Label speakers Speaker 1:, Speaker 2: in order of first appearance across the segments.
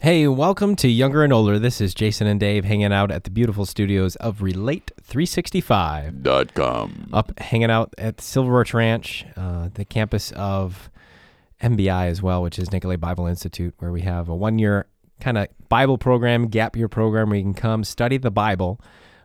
Speaker 1: Hey, welcome to Younger and Older. This is Jason and Dave hanging out at the beautiful studios of Relate365.
Speaker 2: dot com.
Speaker 1: Up hanging out at Silver Birch Ranch, uh, the campus of MBI as well, which is Nicolay Bible Institute, where we have a one year kind of Bible program, gap year program where you can come study the Bible,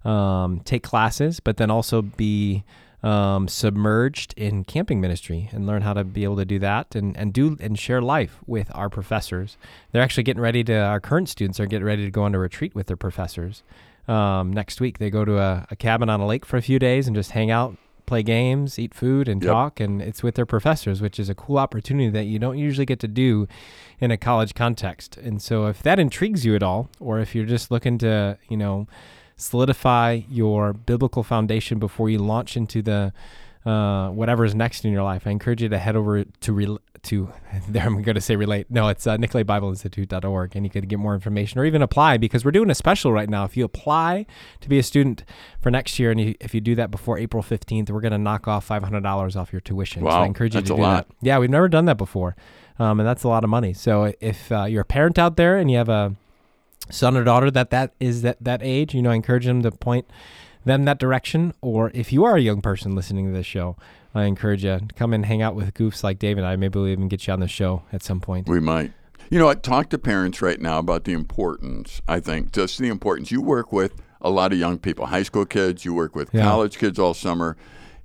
Speaker 1: um, take classes, but then also be um, submerged in camping ministry and learn how to be able to do that and, and do and share life with our professors. They're actually getting ready to, our current students are getting ready to go on a retreat with their professors. Um, next week, they go to a, a cabin on a lake for a few days and just hang out, play games, eat food, and
Speaker 2: Yep.
Speaker 1: talk. And it's with their professors, which is a cool opportunity that you don't usually get to do in a college context. And so, if that intrigues you at all, or if you're just looking to, you know, solidify your biblical foundation before you launch into the uh, whatever is next in your life, I encourage you to head over to rel to there. I'm going to say relate. No, it's uh, NicolayBibleInstitute.org, and you could get more information or even apply because we're doing a special right now. If you apply to be a student for next year, and you, if you do that before April 15th, we're going to knock off $500 off your tuition. so I
Speaker 2: Wow,
Speaker 1: encourage you
Speaker 2: that's
Speaker 1: to
Speaker 2: a
Speaker 1: do
Speaker 2: lot.
Speaker 1: that. Yeah, we've never done that before, um, and that's a lot of money. So if uh, you're a parent out there and you have a son or daughter that that is that that age, you know, I encourage them to point them that direction. Or if you are a young person listening to this show, I encourage you to come and hang out with goofs like Dave and I. Maybe we'll even get you on the show at some point.
Speaker 2: We might. You know what? Talk to parents right now about the importance, I think, just the importance. You work with a lot of young people, high school kids, you work with
Speaker 1: Yeah.
Speaker 2: college kids all summer,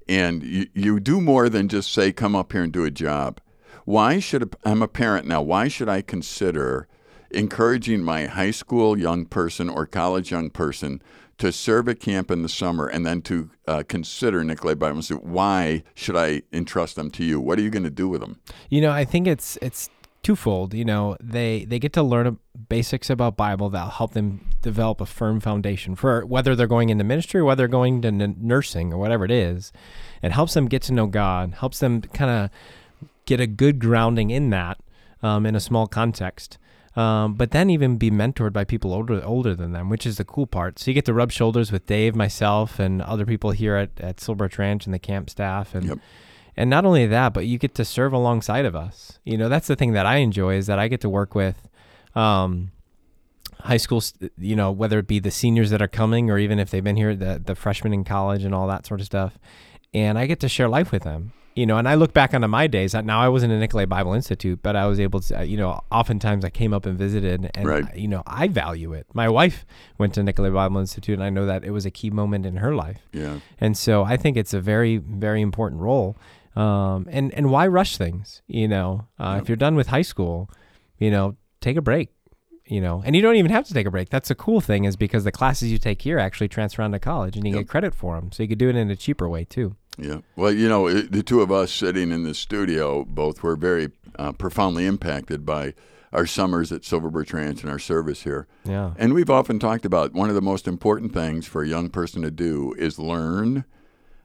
Speaker 2: and you, you do more than just say, come up here and do a job. Why should a, I'm a parent now? Why should I consider encouraging my high school young person or college young person to serve a camp in the summer and then to uh, consider Nicolay Bible Institute? Why should I entrust them to you? What are you going to do with them?
Speaker 1: You know, I think it's it's twofold. You know, they they get to learn a- basics about Bible that'll help them develop a firm foundation for whether they're going into ministry or whether they're going to n- nursing or whatever it is. It helps them get to know God, helps them kind of get a good grounding in that um, in a small context. Um, but then even be mentored by people older older than them, which is the cool part. So you get to rub shoulders with Dave, myself, and other people here at, at Silbert Ranch and the camp staff, and
Speaker 2: Yep.
Speaker 1: and not only that, but you get to serve alongside of us. You know, that's the thing that I enjoy is that I get to work with um, high school, st- you know, whether it be the seniors that are coming or even if they've been here, the, the freshmen in college and all that sort of stuff. And I get to share life with them, you know, and I look back onto my days. Now I wasn't in Nicolay Bible Institute, but I was able to, you know, oftentimes I came up and visited and,
Speaker 2: Right.
Speaker 1: you know, I value it. My wife went to Nicolay Bible Institute and I know that it was a key moment in her life.
Speaker 2: Yeah.
Speaker 1: And so I think it's a very, very important role. Um, and, and why rush things? You know, uh, if you're done with high school, you know, take a break, you know, and you don't even have to take a break. That's the cool thing is because the classes you take here actually transfer on to college and you
Speaker 2: Yep.
Speaker 1: get credit for them. So you could do it in a cheaper way too.
Speaker 2: Yeah. Well, you know, it, the two of us sitting in the studio both were very uh, profoundly impacted by our summers at Silver Birch Ranch and our service here.
Speaker 1: Yeah.
Speaker 2: And we've often talked about one of the most important things for a young person to do is learn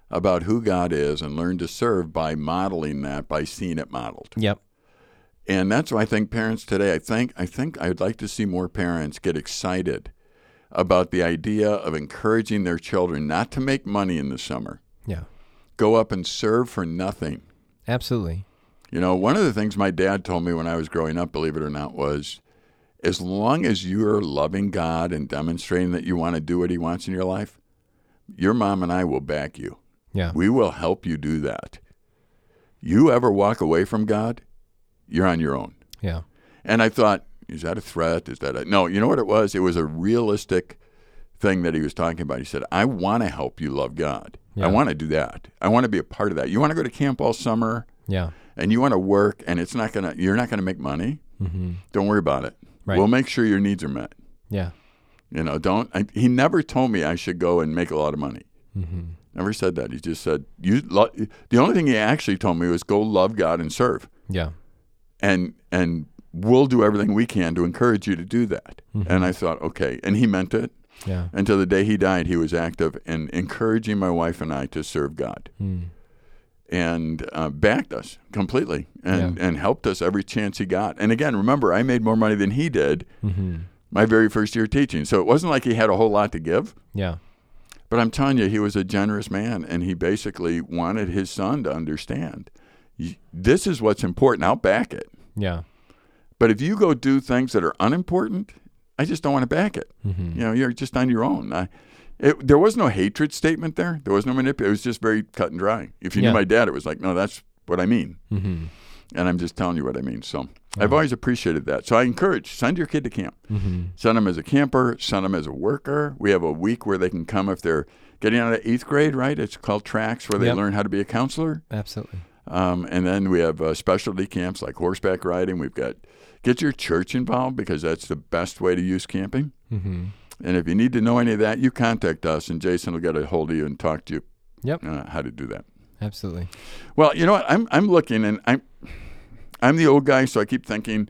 Speaker 2: about who God is and learn to serve by modeling that, by seeing it modeled.
Speaker 1: Yep.
Speaker 2: And that's why I think parents today, I think I think I'd like to see more parents get excited about the idea of encouraging their children not to make money in the summer.
Speaker 1: Yeah.
Speaker 2: Go up and serve for nothing.
Speaker 1: Absolutely.
Speaker 2: You know, one of the things my dad told me when I was growing up, believe it or not, was as long as you're loving God and demonstrating that you want to do what He wants in your life, your mom and I will back you.
Speaker 1: Yeah.
Speaker 2: We will help you do that. You ever walk away from God, you're on your own.
Speaker 1: Yeah.
Speaker 2: And I thought, is that a threat? Is that a no? You know what it was? It was a realistic thing that he was talking about. He said, I want to help you love God.
Speaker 1: Yeah.
Speaker 2: I want to do that. I want to be a part of that. You want to go to camp all summer
Speaker 1: Yeah.
Speaker 2: and you want to work and it's not gonna you're not gonna make money.
Speaker 1: Mm-hmm.
Speaker 2: Don't worry about it.
Speaker 1: Right.
Speaker 2: We'll make sure your needs are met.
Speaker 1: Yeah.
Speaker 2: You know, don't. I, he never told me I should go and make a lot of money.
Speaker 1: Mm-hmm.
Speaker 2: Never said that. He just said you. Lo-, the only thing he actually told me was go love God and serve.
Speaker 1: Yeah.
Speaker 2: and and we'll do everything we can to encourage you to do that. And I thought, okay, and he meant it.
Speaker 1: Yeah.
Speaker 2: And to the day he died, he was active in encouraging my wife and I to serve God,
Speaker 1: Mm.
Speaker 2: and uh, backed us completely, and and helped us every chance he got. And again, remember, I made more money than he did
Speaker 1: Mm-hmm.
Speaker 2: my very first year teaching, so it wasn't like he had a whole lot to give.
Speaker 1: Yeah.
Speaker 2: But I'm telling you, he was a generous man, and he basically wanted his son to understand, y- this is what's important. I'll back it.
Speaker 1: Yeah.
Speaker 2: But if you go do things that are unimportant, I just don't want to back it.
Speaker 1: Mm-hmm.
Speaker 2: You know, you're just on your own. I, it, there was no hatred statement there. There was no manipulation. It was just very cut and dry. If you
Speaker 1: Yeah.
Speaker 2: knew my dad, it was like, no, that's what I mean.
Speaker 1: Mm-hmm.
Speaker 2: And I'm just telling you what I mean. So
Speaker 1: Hmm.
Speaker 2: I've always appreciated that. So I encourage send your kid to camp.
Speaker 1: Mm-hmm.
Speaker 2: Send them as a camper, send them as a worker. We have a week where they can come if they're getting out of eighth grade, right? It's called tracks where they
Speaker 1: Yep.
Speaker 2: learn how to be a counselor.
Speaker 1: Absolutely.
Speaker 2: Um, and then we have uh, specialty camps like horseback riding. We've got get your church involved because that's the best way to use camping.
Speaker 1: Mm-hmm.
Speaker 2: And if you need to know any of that, you contact us, and Jason will get a hold of you and talk to you
Speaker 1: Yep.
Speaker 2: uh, how to do that.
Speaker 1: Absolutely.
Speaker 2: Well, you know what? I'm I'm looking, and I'm I'm the old guy, so I keep thinking,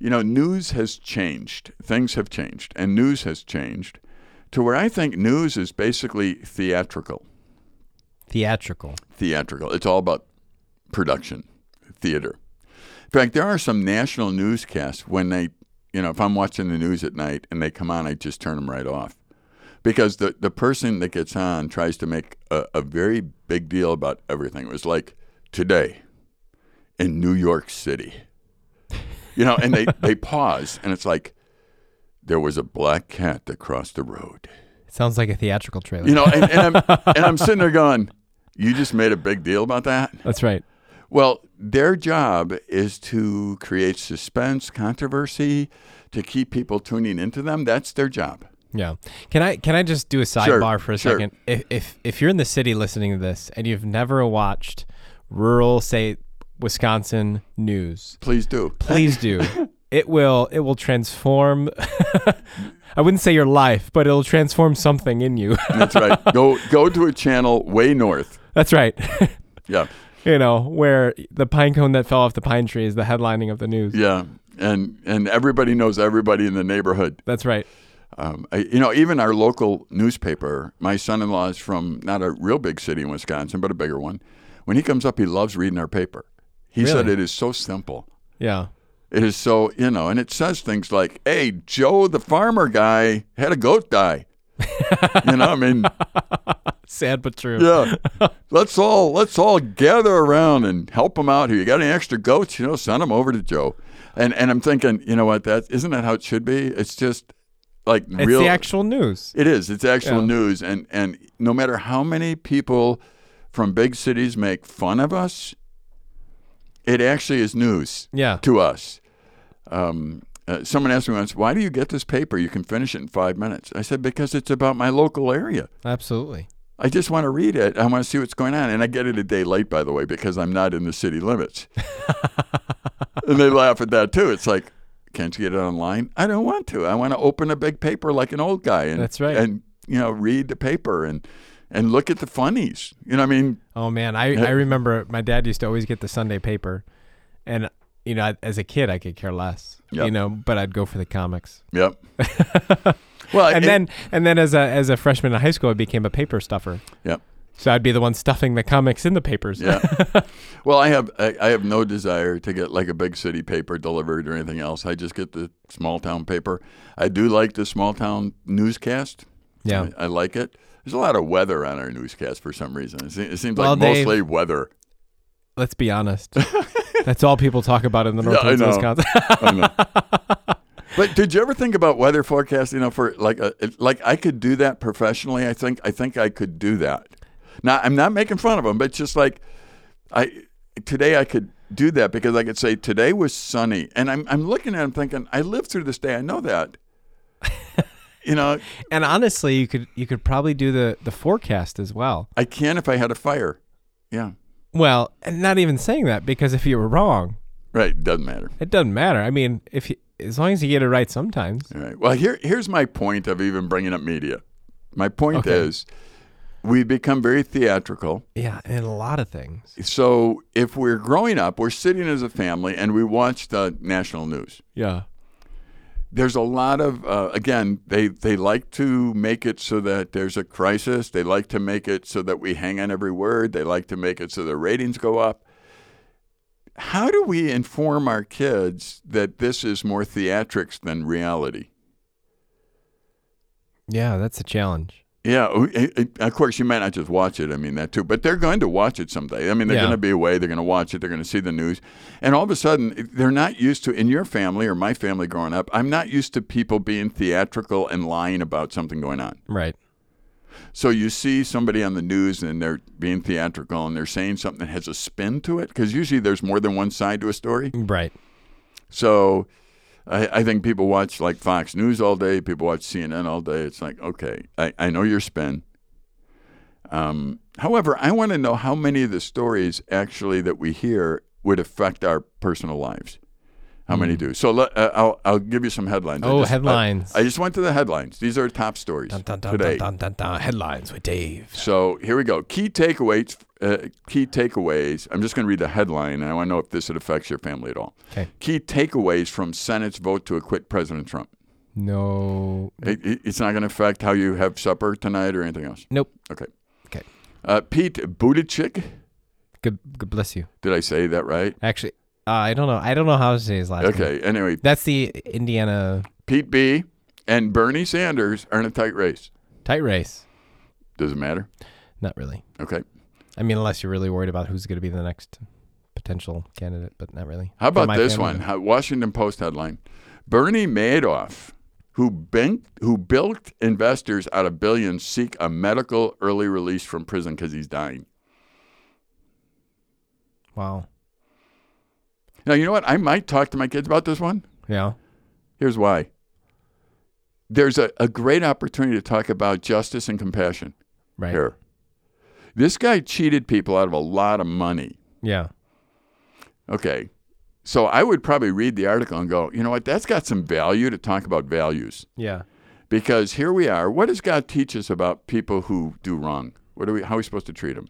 Speaker 2: you know, news has changed, things have changed, and news has changed to where I think news is basically theatrical.
Speaker 1: Theatrical.
Speaker 2: Theatrical. It's all about production, theater. In fact, there are some national newscasts when they, you know, if I'm watching the news at night and they come on, I just turn them right off. Because the, the person that gets on tries to make a, a very big deal about everything. It was like today in New York City. You know, and they, they pause and it's like, there was a black cat that crossed the road.
Speaker 1: Sounds like a theatrical trailer.
Speaker 2: You know, and, and, I'm, and I'm sitting there going, you just made a big deal about that?
Speaker 1: That's right.
Speaker 2: Well, their job is to create suspense, controversy, to keep people tuning into them. That's their job.
Speaker 1: Yeah. Can I can I just do a sidebar for a
Speaker 2: sure.
Speaker 1: second? If, if if you're in the city listening to this and you've never watched rural, say Wisconsin news,
Speaker 2: Please do.
Speaker 1: please do. it will it will transform I wouldn't say your life, but it'll transform something in you.
Speaker 2: That's right. Go go to a channel way north.
Speaker 1: That's right.
Speaker 2: Yeah,
Speaker 1: you know, where the pine cone that fell off the pine tree is the headlining of the news.
Speaker 2: yeah, and and everybody knows everybody in the neighborhood.
Speaker 1: That's right.
Speaker 2: Um, I, you know, even our local newspaper. My son-in-law is from not a real big city in Wisconsin, but a bigger one. When he comes up, he loves reading our paper. He said
Speaker 1: Really?
Speaker 2: it is so simple.
Speaker 1: Yeah.
Speaker 2: It is so, you know, and it says things like, hey, Joe the farmer guy had a goat die. you know, I mean,
Speaker 1: Sad but true.
Speaker 2: yeah. Let's all let's all gather around and help him out here. You got any extra goats? You know, send them over to Joe. And and I'm thinking, you know what? That isn't that how it should be. It's just like
Speaker 1: It's
Speaker 2: real.
Speaker 1: the actual news.
Speaker 2: it is. It's actual
Speaker 1: Yeah.
Speaker 2: news. And and no matter how many people from big cities make fun of us, it actually is news
Speaker 1: Yeah.
Speaker 2: to us. Um, uh, someone asked me once, "Why do you get this paper? You can finish it in five minutes." I said, "Because it's about my local area.
Speaker 1: Absolutely.
Speaker 2: I just want to read it. I want to see what's going on." And I get it a day late, by the way, because I'm not in the city limits. and they laugh at that too. It's like, "Can't you get it online?" I don't want to. I want to open a big paper like an old guy and
Speaker 1: That's right.
Speaker 2: and you know read the paper and and look at the funnies. You know, what I mean,
Speaker 1: Oh man, I, I remember my dad used to always get the Sunday paper, and you know, I- as a kid, I could care less,
Speaker 2: Yep.
Speaker 1: you know, but I'd go for the comics.
Speaker 2: yep. well,
Speaker 1: And
Speaker 2: it-
Speaker 1: then and then as a as a freshman in high school, I became a paper stuffer.
Speaker 2: Yep.
Speaker 1: So I'd be the one stuffing the comics in the papers.
Speaker 2: Yeah. well, I have I, I have no desire to get like a big city paper delivered or anything else. I just get the small town paper. I do like the small town newscast.
Speaker 1: Yeah.
Speaker 2: I, I like it. There's a lot of weather on our newscast for some reason. It, se- it seems
Speaker 1: Well,
Speaker 2: like
Speaker 1: Dave-
Speaker 2: mostly weather.
Speaker 1: Let's be honest. That's all people talk about in the
Speaker 2: I
Speaker 1: Northwest
Speaker 2: know.
Speaker 1: Wisconsin.
Speaker 2: I know. but did you ever think about weather forecasting? You know, for like a, it- like I could do that professionally. I think I think I could do that. Now I'm not making fun of them, but just like I today I could do that because I could say today was sunny, and I'm I'm looking at them thinking I lived through this day. I know that. you know,
Speaker 1: and honestly, you could you could probably do the the forecast as well.
Speaker 2: I can if I had a fire. Yeah,
Speaker 1: Well, and not even saying that because if you were wrong,
Speaker 2: right. Doesn't matter.
Speaker 1: it doesn't matter. I mean, if you, as long as you get it right sometimes.
Speaker 2: All right. Well, here here's my point of even bringing up media. My point
Speaker 1: Okay.
Speaker 2: is, we become very theatrical.
Speaker 1: Yeah, and a lot of things.
Speaker 2: So if we're growing up, we're sitting as a family and we watch the national news.
Speaker 1: Yeah.
Speaker 2: There's a lot of uh, again, they they like to make it so that there's a crisis. They like to make it so that we hang on every word. They like to make it so the ratings go up. How do we inform our kids that this is more theatrics than reality?
Speaker 1: Yeah, that's a challenge.
Speaker 2: Yeah, oh, it- it- of course you might not just watch it. I mean that too, but they're going to watch it someday. I mean they're
Speaker 1: Yeah.
Speaker 2: going to be away. They're going to watch it. They're going to see the news, and all of a sudden they're not used to. In your family or my family growing up, I'm not used to people being theatrical and lying about something going on.
Speaker 1: Right.
Speaker 2: So you see somebody on the news and they're being theatrical and they're saying something that has a spin to it because usually there's more than one side to a story.
Speaker 1: Right.
Speaker 2: So I, I think people watch like Fox News all day. People watch CNN all day. It's like, okay, I, I know your spin. Um, however, I want to know how many of the stories actually that we hear would affect our personal lives. How many do? So let, uh, I'll, I'll give you some headlines. I
Speaker 1: Hmm. Oh,
Speaker 2: just- I-
Speaker 1: headlines.
Speaker 2: I, just went to the headlines. These are top stories
Speaker 1: Dun, dun, dun,
Speaker 2: today.
Speaker 1: dun, dun, dun, dun. Headlines with Dave.
Speaker 2: So here we go. Key takeaways. Uh, key takeaways. I'm just going to read the headline, and I want to know if this affects your family at all.
Speaker 1: Okay.
Speaker 2: Key takeaways from Senate's vote to acquit President Trump.
Speaker 1: No.
Speaker 2: It, it- it's not going to affect how you have supper tonight or anything else.
Speaker 1: Nope.
Speaker 2: Okay.
Speaker 1: Okay.
Speaker 2: Uh, Pete Buttigieg.
Speaker 1: God, God bless you.
Speaker 2: Did I say that right?
Speaker 1: Actually, uh, I don't know. I don't know how to say his last name.
Speaker 2: Okay. Anyway,
Speaker 1: That's the Indiana
Speaker 2: Pete B. and Bernie Sanders are in a tight race.
Speaker 1: tight race.
Speaker 2: Doesn't matter.
Speaker 1: Not really.
Speaker 2: Okay.
Speaker 1: I mean, unless you're really worried about who's going to be the next potential candidate, but not really.
Speaker 2: How
Speaker 1: For
Speaker 2: about
Speaker 1: my
Speaker 2: this
Speaker 1: family.
Speaker 2: one? How, Washington Post headline: Bernie Madoff, who banked, who bilked investors out of billions, seek a medical early release from prison because he's dying.
Speaker 1: Wow.
Speaker 2: Now you know what? I might talk to my kids about this one.
Speaker 1: Yeah.
Speaker 2: Here's why. There's a, a great opportunity to talk about justice and compassion
Speaker 1: Right.
Speaker 2: here. This guy cheated people out of a lot of money.
Speaker 1: Yeah.
Speaker 2: Okay. So I would probably read the article and go, you know what? That's got some value to talk about values.
Speaker 1: Yeah.
Speaker 2: Because here we are. What does God teach us about people who do wrong? What are we? How are we supposed to treat them?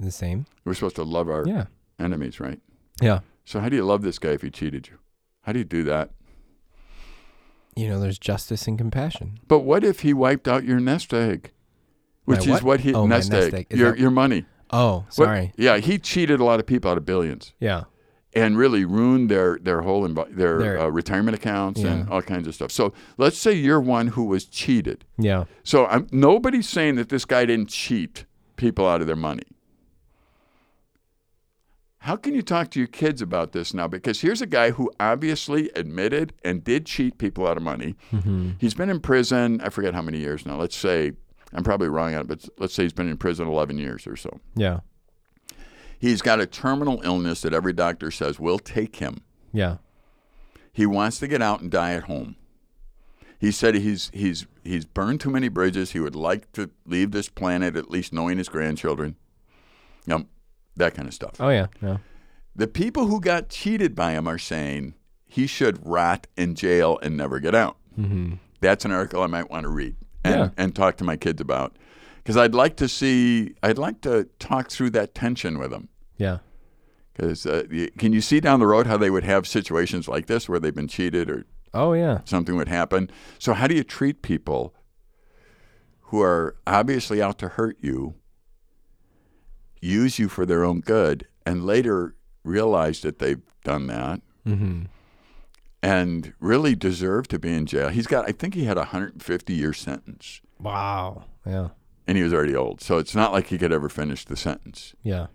Speaker 1: The same.
Speaker 2: We're supposed to love our
Speaker 1: Yeah.
Speaker 2: enemies, right?
Speaker 1: Yeah.
Speaker 2: So how do you love this guy if he cheated you? How do you do that?
Speaker 1: You know, there's justice and compassion.
Speaker 2: But what if he wiped out your nest egg?
Speaker 1: My
Speaker 2: Which is
Speaker 1: what?
Speaker 2: what he
Speaker 1: Oh, my
Speaker 2: nest,
Speaker 1: nest
Speaker 2: egg,
Speaker 1: egg. Is
Speaker 2: your
Speaker 1: that-
Speaker 2: your money.
Speaker 1: Oh,
Speaker 2: What-
Speaker 1: sorry.
Speaker 2: yeah, he cheated a lot of people out of billions
Speaker 1: Yeah.
Speaker 2: and really ruined their their whole envi- their,
Speaker 1: Their-
Speaker 2: uh, retirement accounts and
Speaker 1: Yeah.
Speaker 2: all kinds of stuff. So let's say you're one who was cheated.
Speaker 1: Yeah.
Speaker 2: So I'm, nobody's saying that this guy didn't cheat people out of their money. How can you talk to your kids about this now? Because here's a guy who obviously admitted and did cheat people out of money. He's been in prison, I forget how many years now. Let's say, I'm probably wrong on it, but let's say he's been in prison 11 years or so.
Speaker 1: Yeah.
Speaker 2: He's got a terminal illness that every doctor says will take him.
Speaker 1: Yeah.
Speaker 2: He wants to get out and die at home. He said he's he's he's burned too many bridges. He would like to leave this planet at least knowing his grandchildren. Um, that kind of stuff.
Speaker 1: Oh, yeah. Yeah.
Speaker 2: The people who got cheated by him are saying he should rot in jail and never get out.
Speaker 1: Mm-hmm.
Speaker 2: That's an article I might want to read and,
Speaker 1: Yeah.
Speaker 2: and talk to my kids about because I'd like to see I'd like to talk through that tension with them.
Speaker 1: Yeah.
Speaker 2: Because uh, y- can you see down the road how they would have situations like this where they've been cheated or
Speaker 1: Oh, yeah.
Speaker 2: something would happen. So, how do you treat people who are obviously out to hurt you, use you for their own good, and later realize that they've done that
Speaker 1: Mm-hmm.
Speaker 2: and really deserve to be in jail? He's got, I think he had a 150 year sentence,
Speaker 1: Wow. Yeah.
Speaker 2: and he was already old. So, it's not like he could ever finish the sentence.
Speaker 1: Yeah.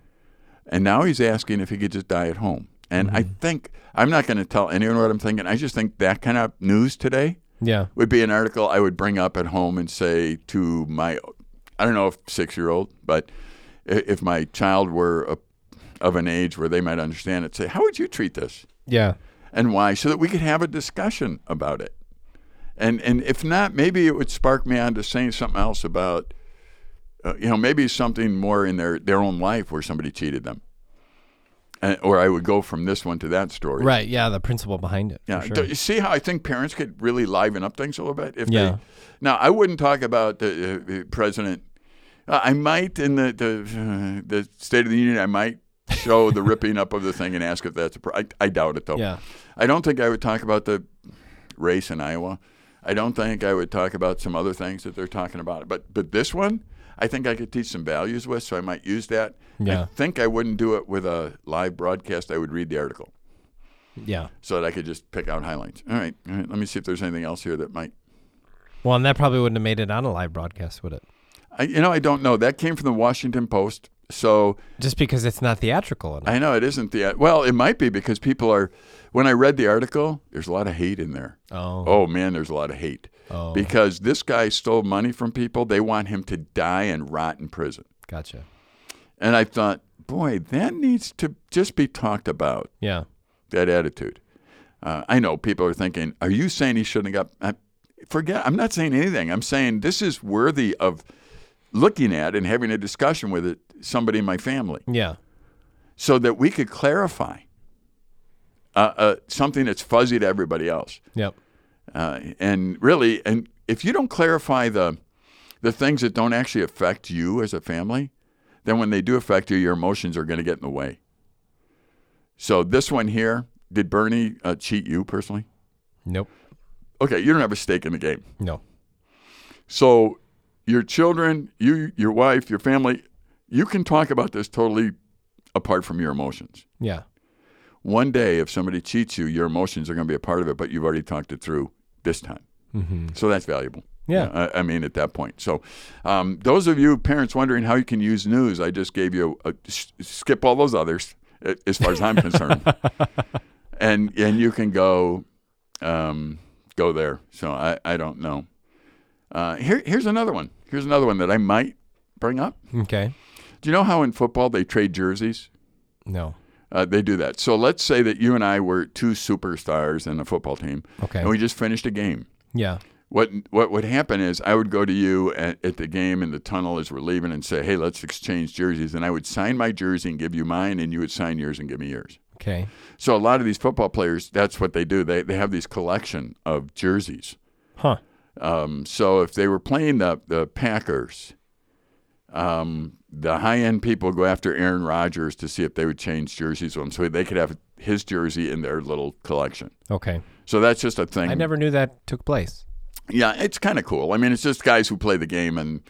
Speaker 2: And now he's asking if he could just die at home. And I think, I'm not going to tell anyone what I'm thinking. I just think that kind of news today
Speaker 1: Yeah.
Speaker 2: would be an article I would bring up at home and say to my, I don't know if six year old, but i- if my child were a, of an age where they might understand it, say, how would you treat this
Speaker 1: Yeah.
Speaker 2: and why, so that we could have a discussion about it. And and if not, maybe it would spark me on to saying something else about, uh, you know, maybe something more in their their own life where somebody cheated them, and, or I would go from this one to that story.
Speaker 1: Right. Yeah. The principle behind it.
Speaker 2: Yeah.
Speaker 1: For
Speaker 2: Do
Speaker 1: sure.
Speaker 2: you see how I think parents could really liven up things a little bit? If
Speaker 1: Yeah.
Speaker 2: They, now, I wouldn't talk about the uh, uh, president. Uh, I might in the the, uh, the State of the Union. I might show the ripping up of the thing and ask if that's a. Pro- I, I doubt it though.
Speaker 1: Yeah.
Speaker 2: I don't think I would talk about the race in Iowa. I don't think I would talk about some other things that they're talking about. But but this one, I think I could teach some values with, so I might use that.
Speaker 1: Yeah.
Speaker 2: I think I wouldn't do it with a live broadcast. I would read the article
Speaker 1: Yeah.
Speaker 2: so that I could just pick out highlights. All right, all right. Let me see if there's anything else here that might.
Speaker 1: Well, and that probably wouldn't have made it on a live broadcast, would it?
Speaker 2: I, you know, I don't know. That came from the Washington Post. So
Speaker 1: Just because it's not theatrical enough.
Speaker 2: I know it isn't the. Well, it might be because people are. When I read the article, there's a lot of hate in there.
Speaker 1: oh,
Speaker 2: Oh man, there's a lot of hate
Speaker 1: oh,
Speaker 2: because this guy stole money from people. They want him to die and rot in prison.
Speaker 1: gotcha.
Speaker 2: And I thought, boy, that needs to just be talked about.
Speaker 1: Yeah,
Speaker 2: That attitude. Uh, I know people are thinking, are you saying he shouldn't have got? I, forget. I'm not saying anything. I'm saying this is worthy of looking at and having a discussion with it, somebody in my family
Speaker 1: yeah,
Speaker 2: so that we could clarify uh, uh, something that's fuzzy to everybody else.
Speaker 1: yep,
Speaker 2: Uh, and really, and if you don't clarify the the things that don't actually affect you as a family, then when they do affect you, your emotions are going to get in the way. So this one here, did Bernie uh, cheat you personally?
Speaker 1: nope,
Speaker 2: Okay, you don't have a stake in the game.
Speaker 1: no,
Speaker 2: So your children, you, your wife, your family, you can talk about this totally apart from your emotions.
Speaker 1: yeah,
Speaker 2: one day if somebody cheats you your emotions are going to be a part of it but you've already talked it through this time
Speaker 1: hmm
Speaker 2: so that's valuable
Speaker 1: yeah,
Speaker 2: I, I mean at that point so um, those of you parents wondering how you can use news i just gave you a, s- skip all those others a- as far as i'm concerned and and you can go um, go there so i, I don't know uh, here, here's another one here's another one that i might bring up
Speaker 1: okay,
Speaker 2: do you know how in football they trade jerseys
Speaker 1: no,
Speaker 2: uh, they do that. So let's say that you and I were two superstars in a football team,
Speaker 1: okay,
Speaker 2: and we just finished a game.
Speaker 1: yeah,
Speaker 2: What what would happen is I would go to you at, at the game in the tunnel as we're leaving and say, "Hey, let's exchange jerseys." And I would sign my jersey and give you mine, and you would sign yours and give me yours.
Speaker 1: okay,
Speaker 2: So a lot of these football players, that's what they do. They they have these collection of jerseys.
Speaker 1: huh,
Speaker 2: Um, so if they were playing the the Packers, um, the high end people go after Aaron Rodgers to see if they would change jerseys with him, so they could have his jersey in their little collection.
Speaker 1: okay.
Speaker 2: So that's just a thing.
Speaker 1: I never knew that took place.
Speaker 2: Yeah, it's kind of cool. I mean, it's just guys who play the game, and,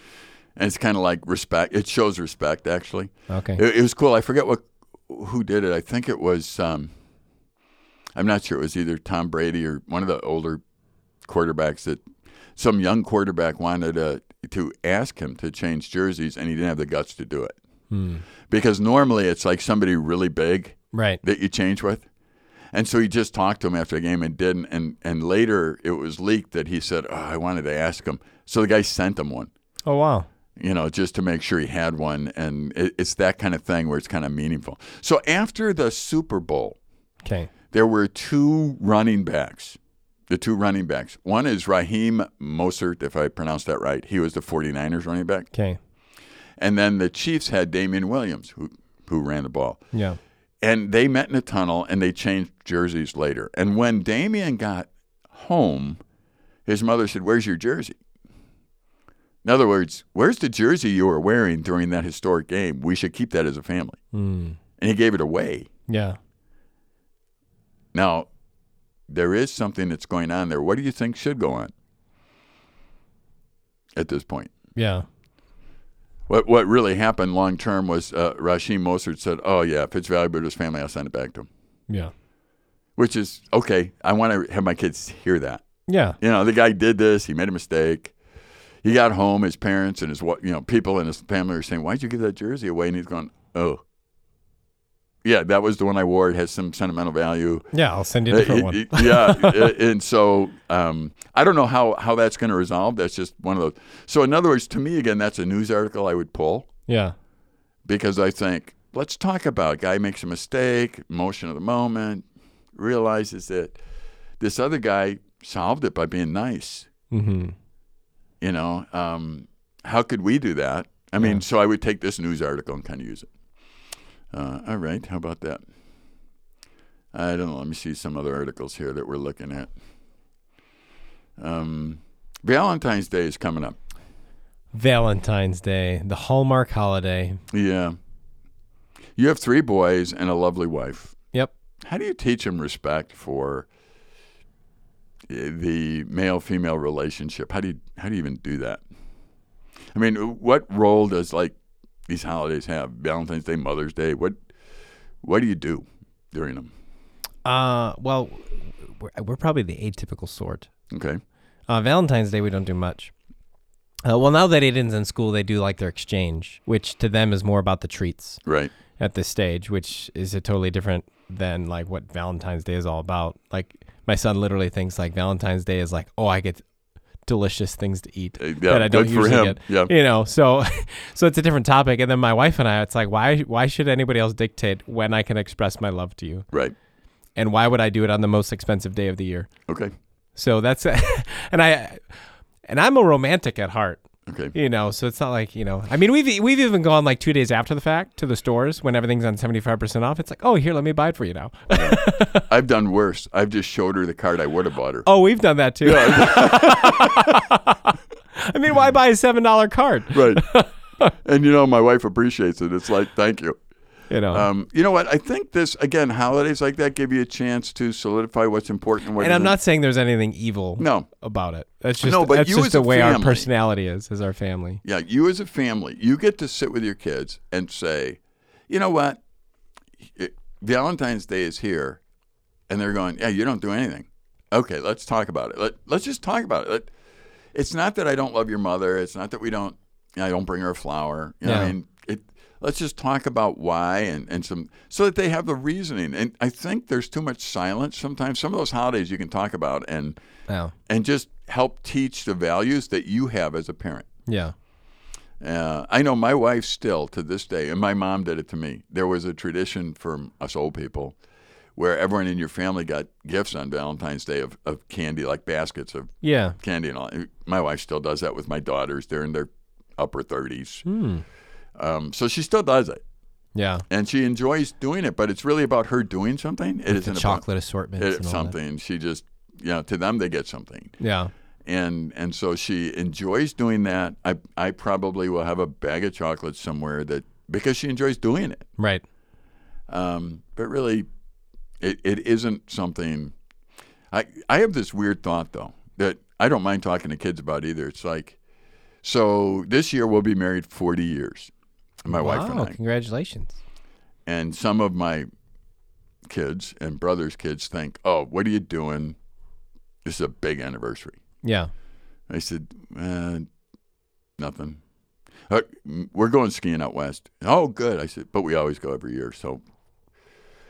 Speaker 2: and it's kind of like respect. It shows respect, actually.
Speaker 1: Okay,
Speaker 2: It, it was cool. I forget what who did it. I think it was. Um, I'm not sure. It was either Tom Brady or one of the older quarterbacks that some young quarterback wanted to to ask him to change jerseys, and he didn't have the guts to do it
Speaker 1: Hmm.
Speaker 2: because normally it's like somebody really big
Speaker 1: right,
Speaker 2: that you change with. And so he just talked to him after the game and didn't. And, and later it was leaked that he said, oh, I wanted to ask him. So the guy sent him one
Speaker 1: oh wow,
Speaker 2: you know, just to make sure he had one. And it, it's that kind of thing where it's kind of meaningful. So after the Super Bowl,
Speaker 1: okay,
Speaker 2: there were two running backs. The two running backs. One is Raheem Mostert, if I pronounced that right. He was the 49ers running back.
Speaker 1: okay,
Speaker 2: And then the Chiefs had Damian Williams, who, who ran the ball.
Speaker 1: yeah,
Speaker 2: And they met in a tunnel and they changed jerseys later. And when Damian got home, his mother said, Where's your jersey? In other words, where's the jersey you were wearing during that historic game? We should keep that as a family.
Speaker 1: mm.
Speaker 2: And he gave it away.
Speaker 1: yeah,
Speaker 2: Now, there is something that's going on there. What do you think should go on at this point?
Speaker 1: yeah,
Speaker 2: What, what really happened long term was uh, Rashim Mostert said, Oh, yeah, if it's valuable to his family, I'll send it back to him.
Speaker 1: yeah,
Speaker 2: which is okay. I want to have my kids hear that.
Speaker 1: yeah,
Speaker 2: You know, the guy did this. He made a mistake. He got home. His parents and his wa- you know people in his family are saying, "Why'd you give that jersey away?" And he's going, "Oh, yeah, that was the one I wore. It has some sentimental value."
Speaker 1: yeah. I'll send you a different one.
Speaker 2: yeah, uh, and so um, I don't know how how that's going to resolve. That's just one of those. So in other words, to me again, that's a news article I would pull
Speaker 1: Yeah,
Speaker 2: because I think let's talk about it. guy makes a mistake, emotion of the moment, realizes it. This other guy solved it by being nice.
Speaker 1: mm-hmm.
Speaker 2: You know, um, how could we do that? I mean,
Speaker 1: Yeah.
Speaker 2: so I would take this news article and kind of use it. Uh, all right, how about that? I don't know. Let me see some other articles here that we're looking at. Um, Valentine's Day is coming up.
Speaker 1: Valentine's Day, the hallmark holiday.
Speaker 2: Yeah. You have three boys and a lovely wife.
Speaker 1: Yep.
Speaker 2: How do you teach them respect for uh, the male female relationship? How do you how do you even do that? I mean, what role does like these holidays have? Valentine's Day, Mother's Day. What what do you do during them?
Speaker 1: Uh, well, we're, we're probably the atypical sort.
Speaker 2: Okay,
Speaker 1: Uh, Valentine's Day, we don't do much. Uh, well, now that Aiden's in school, they do like their exchange, which to them is more about the treats
Speaker 2: Right.
Speaker 1: at this stage, which is a totally different than like what Valentine's Day is all about. Like my son literally thinks like Valentine's Day is like, oh, I get delicious things to eat
Speaker 2: Uh, yeah,
Speaker 1: that I don't
Speaker 2: good for
Speaker 1: usually
Speaker 2: him.
Speaker 1: get.
Speaker 2: Yeah.
Speaker 1: You know, so so it's a different topic. And then my wife and I, it's like, why why should anybody else dictate when I can express my love to you,
Speaker 2: Right.
Speaker 1: and why would I do it on the most expensive day of the year?
Speaker 2: Okay.
Speaker 1: So that's and I and I'm a romantic at heart.
Speaker 2: Okay.
Speaker 1: You know, so it's not like you know. I mean, we've e, we've even gone like two days after the fact to the stores when everything's on seventy five percent off. It's like, oh, here, let me buy it for you now.
Speaker 2: I've done worse. I've just showed her the card I would have bought her.
Speaker 1: oh, we've done that too. I mean, why buy a seven dollar card?
Speaker 2: Right. and you know, my wife appreciates it. It's like, thank you.
Speaker 1: You know,
Speaker 2: Um, you know what? I think this again, holidays like that give you a chance to solidify what's important. and What
Speaker 1: and I'm
Speaker 2: isn't.
Speaker 1: not saying there's anything evil
Speaker 2: No.
Speaker 1: about it. That's just
Speaker 2: No, but
Speaker 1: that's
Speaker 2: you
Speaker 1: just
Speaker 2: as
Speaker 1: the
Speaker 2: a
Speaker 1: way our
Speaker 2: family-
Speaker 1: personality is as our family.
Speaker 2: Yeah, you as a family, you get to sit with your kids and say, you know what? It- Valentine's Day is here. And they're going, yeah, you don't do anything. Okay, let's talk about it. Let, let's just talk about it. Let- it's not that I don't love your mother. It's not that we don't, I don't bring her a flower. You know what I
Speaker 1: Yeah.
Speaker 2: mean? It, let's just talk about why and, and some, so that they have the reasoning. And I think there's too much silence sometimes. Some of those holidays you can talk about and,
Speaker 1: Yeah,
Speaker 2: and just help teach the values that you have as a parent.
Speaker 1: yeah,
Speaker 2: Uh, I know my wife still to this day, and my mom did it to me. There was a tradition from us old people where everyone in your family got gifts on Valentine's Day of, of candy, like baskets of
Speaker 1: yeah.
Speaker 2: candy and all. My wife still does that with my daughters. They're in their upper 30s.
Speaker 1: Hmm.
Speaker 2: Um, so she still does it,
Speaker 1: Yeah,
Speaker 2: and she enjoys doing it, but it's really about her doing something. It
Speaker 1: the
Speaker 2: not
Speaker 1: chocolate assortments
Speaker 2: about
Speaker 1: and
Speaker 2: it's
Speaker 1: all that.
Speaker 2: something. She just, you know, to them, they get something
Speaker 1: Yeah,
Speaker 2: and and so she enjoys doing that. I I probably will have a bag of chocolates somewhere that because she enjoys doing it.
Speaker 1: right.
Speaker 2: Um, but really, it, it isn't something. I I have this weird thought though that I don't mind talking to kids about either. It's like, so this year we'll be married forty years, my wife and
Speaker 1: wow,
Speaker 2: I,
Speaker 1: congratulations.
Speaker 2: and some of my kids and brothers' kids think, oh, what are you doing? This is a big anniversary.
Speaker 1: Yeah,
Speaker 2: I said, uh, nothing. Uh, m- we're going skiing out west. Oh, good. I said, but we always go every year. So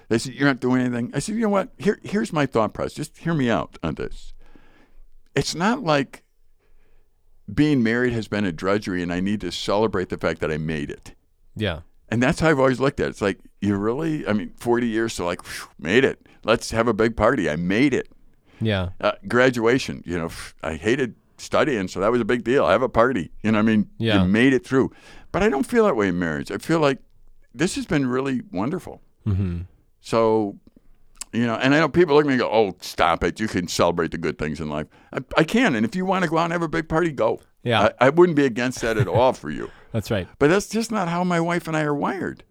Speaker 2: they said, you're not doing anything. I said, you know what? Here, here's my thought process. Just hear me out on this. It's not like being married has been a drudgery and I need to celebrate the fact that I made it.
Speaker 1: yeah,
Speaker 2: And that's how I've always looked at it. It's like, you really, I mean, 40 years, so like, phew, made it. Let's have a big party. I made it
Speaker 1: yeah.
Speaker 2: uh, graduation. You know, pff, I hated studying, so that was a big deal. I have a party. You know, what I mean,
Speaker 1: Yeah.
Speaker 2: you made it through. But I don't feel that way in marriage. I feel like this has been really wonderful.
Speaker 1: Mm-hmm.
Speaker 2: So, you know, and I know people look at me and go, "Oh, stop it! You can celebrate the good things in life." I, I can, and if you want to go out and have a big party, go.
Speaker 1: Yeah.
Speaker 2: I, I wouldn't be against that at all for you.
Speaker 1: That's right.
Speaker 2: But that's just not how my wife and I are wired.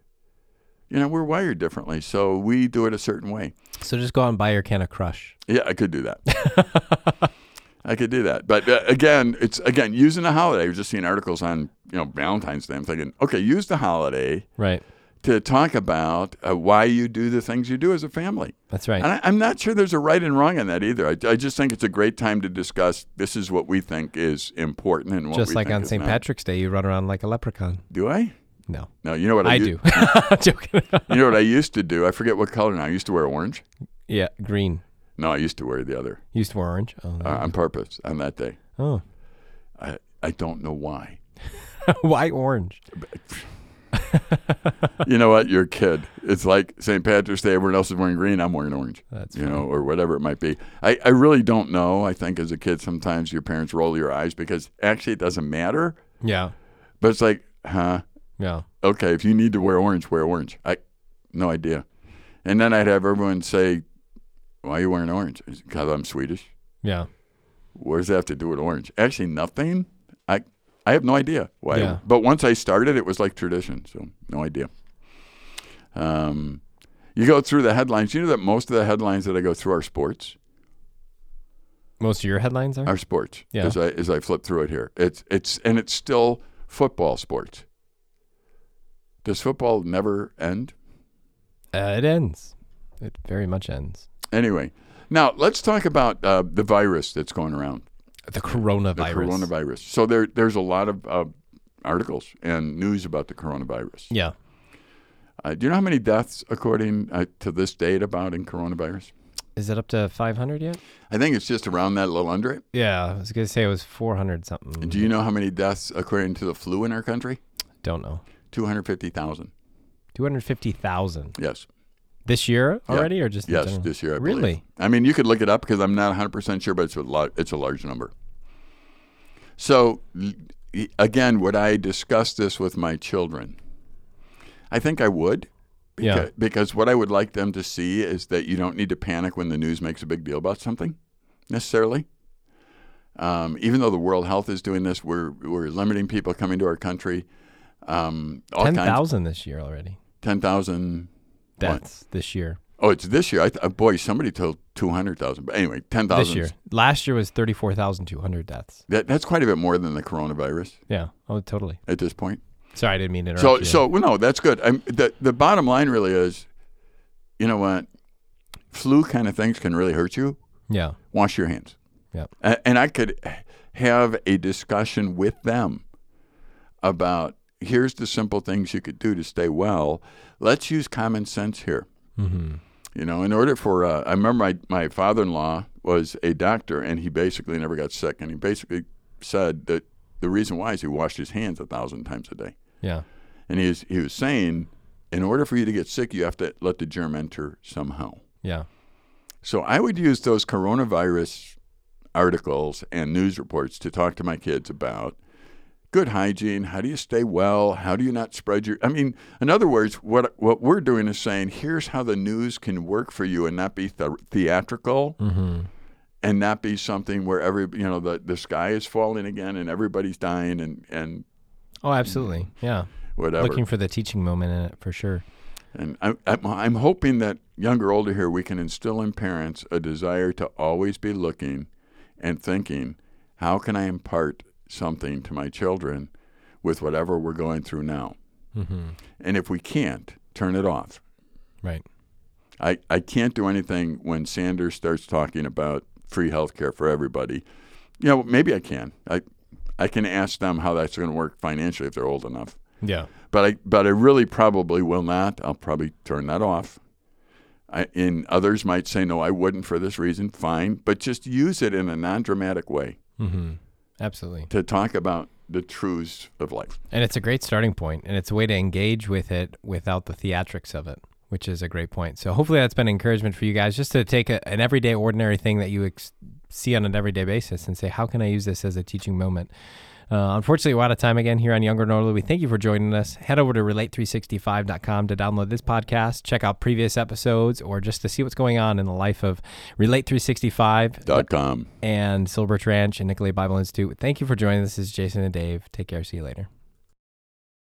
Speaker 2: You know, we're wired differently, so we do it a certain way.
Speaker 1: So just go out and buy your can of Crush.
Speaker 2: Yeah, I could do that. I could do that. But uh, again, it's again using a holiday. I was just seeing articles on you know Valentine's Day. I'm thinking, okay, use the holiday
Speaker 1: Right.
Speaker 2: to talk about uh, why you do the things you do as a family.
Speaker 1: That's right.
Speaker 2: And I, I'm not sure there's a right and wrong on that either. I, I just think it's a great time to discuss. This is what we think is important, and what
Speaker 1: Just
Speaker 2: we
Speaker 1: like
Speaker 2: think
Speaker 1: on
Speaker 2: is
Speaker 1: St.
Speaker 2: not.
Speaker 1: Patrick's Day, you run around like a leprechaun.
Speaker 2: Do I?
Speaker 1: No,
Speaker 2: No, you know what I,
Speaker 1: I
Speaker 2: u-
Speaker 1: do. Joking.
Speaker 2: you know what I used to do. I forget what color now. I used to wear orange.
Speaker 1: yeah, green.
Speaker 2: No, I used to wear the other
Speaker 1: You Used to wear orange. Oh,
Speaker 2: uh, on purpose on that day.
Speaker 1: oh.
Speaker 2: I I don't know why.
Speaker 1: why orange?
Speaker 2: you know what? You're a kid. It's like St. Patrick's Day. Everyone else is wearing green. I'm wearing orange.
Speaker 1: That's
Speaker 2: you know, or whatever it might be. I, I really don't know. I think as a kid, sometimes your parents roll your eyes because actually it doesn't matter.
Speaker 1: Yeah,
Speaker 2: But it's like, huh?
Speaker 1: yeah,
Speaker 2: Okay, if you need to wear orange, wear orange. I no idea. And then I'd have everyone say, "Why are you wearing orange?" Because I'm Swedish.
Speaker 1: yeah,
Speaker 2: What does that have to do with orange? Actually, nothing. I I have no idea why.
Speaker 1: Yeah.
Speaker 2: But once I started, it was like tradition. So no idea. Um, you go through the headlines. You know that most of the headlines that I go through are sports.
Speaker 1: Most of your headlines are.
Speaker 2: Are sports.
Speaker 1: Mm-hmm. Yeah.
Speaker 2: As I as I flip through it here, it's it's and it's still football sports. Does football never end?
Speaker 1: Uh, it ends. It very much ends.
Speaker 2: Anyway, now let's talk about uh, the virus that's going around.
Speaker 1: the coronavirus.
Speaker 2: the coronavirus. So there, there's a lot of uh, articles and news about the coronavirus.
Speaker 1: Yeah.
Speaker 2: Uh, do you know how many deaths, according uh, to this date, about in coronavirus?
Speaker 1: Is it up to 500 yet?
Speaker 2: I think it's just around that little under it.
Speaker 1: Yeah, I was going to say it was 400 something.
Speaker 2: Do you know how many deaths, according to the flu in our country?
Speaker 1: Don't know.
Speaker 2: 250,000.
Speaker 1: 250,000
Speaker 2: Yes.
Speaker 1: this year already or just in
Speaker 2: Yes,
Speaker 1: general?
Speaker 2: this year, I believe.
Speaker 1: Really?
Speaker 2: I mean, you could look it up because I'm not 100% sure, but it's a, lot, it's a large number. So, l- y- again, would I discuss this with my children? I think I would.
Speaker 1: Yeah.
Speaker 2: Beca- Because what I would like them to see is that you don't need to panic when the news makes a big deal about something necessarily. Um, even though the World Health is doing this, we're, we're limiting people coming to our country. Um, all kinds,
Speaker 1: 10,000 this year already.
Speaker 2: 10,000
Speaker 1: Deaths this year.
Speaker 2: Oh, it's this year. I th- uh, boy, somebody told two hundred thousand. But anyway, ten thousand.
Speaker 1: This year. Last year was 34,200 deaths.
Speaker 2: That, that's quite a bit more than the coronavirus
Speaker 1: Yeah. Oh, totally.
Speaker 2: at this point.
Speaker 1: Sorry, I didn't mean to interrupt
Speaker 2: So,
Speaker 1: you.
Speaker 2: so well, no, that's good. I'm, the the bottom line really is, you know what, flu kind of things can really hurt you.
Speaker 1: yeah.
Speaker 2: Wash your hands.
Speaker 1: Yep.
Speaker 2: A- and I could have a discussion with them about here's the simple things you could do to stay well. Let's use common sense here.
Speaker 1: Mm-hmm.
Speaker 2: You know, in order for, uh, I remember my, my father in law was a doctor and he basically never got sick. And he basically said that the reason why is he washed his hands a thousand times a day.
Speaker 1: Yeah.
Speaker 2: And he was, he was saying, in order for you to get sick, you have to let the germ enter somehow.
Speaker 1: Yeah.
Speaker 2: So I would use those coronavirus articles and news reports to talk to my kids about good hygiene. How do you stay well? How do you not spread your? I mean, in other words, what what we're doing is saying here's how the news can work for you and not be th- theatrical
Speaker 1: Mm-hmm.
Speaker 2: and not be something where every you know the the sky is falling again and everybody's dying and and
Speaker 1: Oh, absolutely. Yeah.
Speaker 2: whatever.
Speaker 1: Looking for the teaching moment in it for sure.
Speaker 2: And I, I'm, I'm hoping that younger, older here, we can instill in parents a desire to always be looking and thinking, how can I impart something to my children with whatever we're going through now?
Speaker 1: Mm-hmm.
Speaker 2: And if we can't, turn it off.
Speaker 1: Right.
Speaker 2: I, I can't do anything when Sanders starts talking about free health care for everybody. You know, maybe I can. I, I can ask them how that's going to work financially if they're old enough
Speaker 1: Yeah.
Speaker 2: but I but I really probably will not. I'll probably turn that off. I, and others might say, no, I wouldn't for this reason. Fine, but just use it in a non-dramatic way
Speaker 1: Mm-hmm. Absolutely.
Speaker 2: to talk about the truths of life.
Speaker 1: And it's a great starting point, and it's a way to engage with it without the theatrics of it, which is a great point. So hopefully that's been encouragement for you guys, just to take a, an everyday, ordinary thing that you ex- see on an everyday basis and say, how can I use this as a teaching moment? Uh, unfortunately, we're out of time again here on Younger and Orderly. We thank you for joining us. Head over to relate365.com to download this podcast, check out previous episodes, or just to see what's going on in the life of Relate365
Speaker 2: Dot com.
Speaker 1: and Silver Ranch and Nicolay Bible Institute. Thank you for joining us. This is Jason and Dave. Take care. See you later.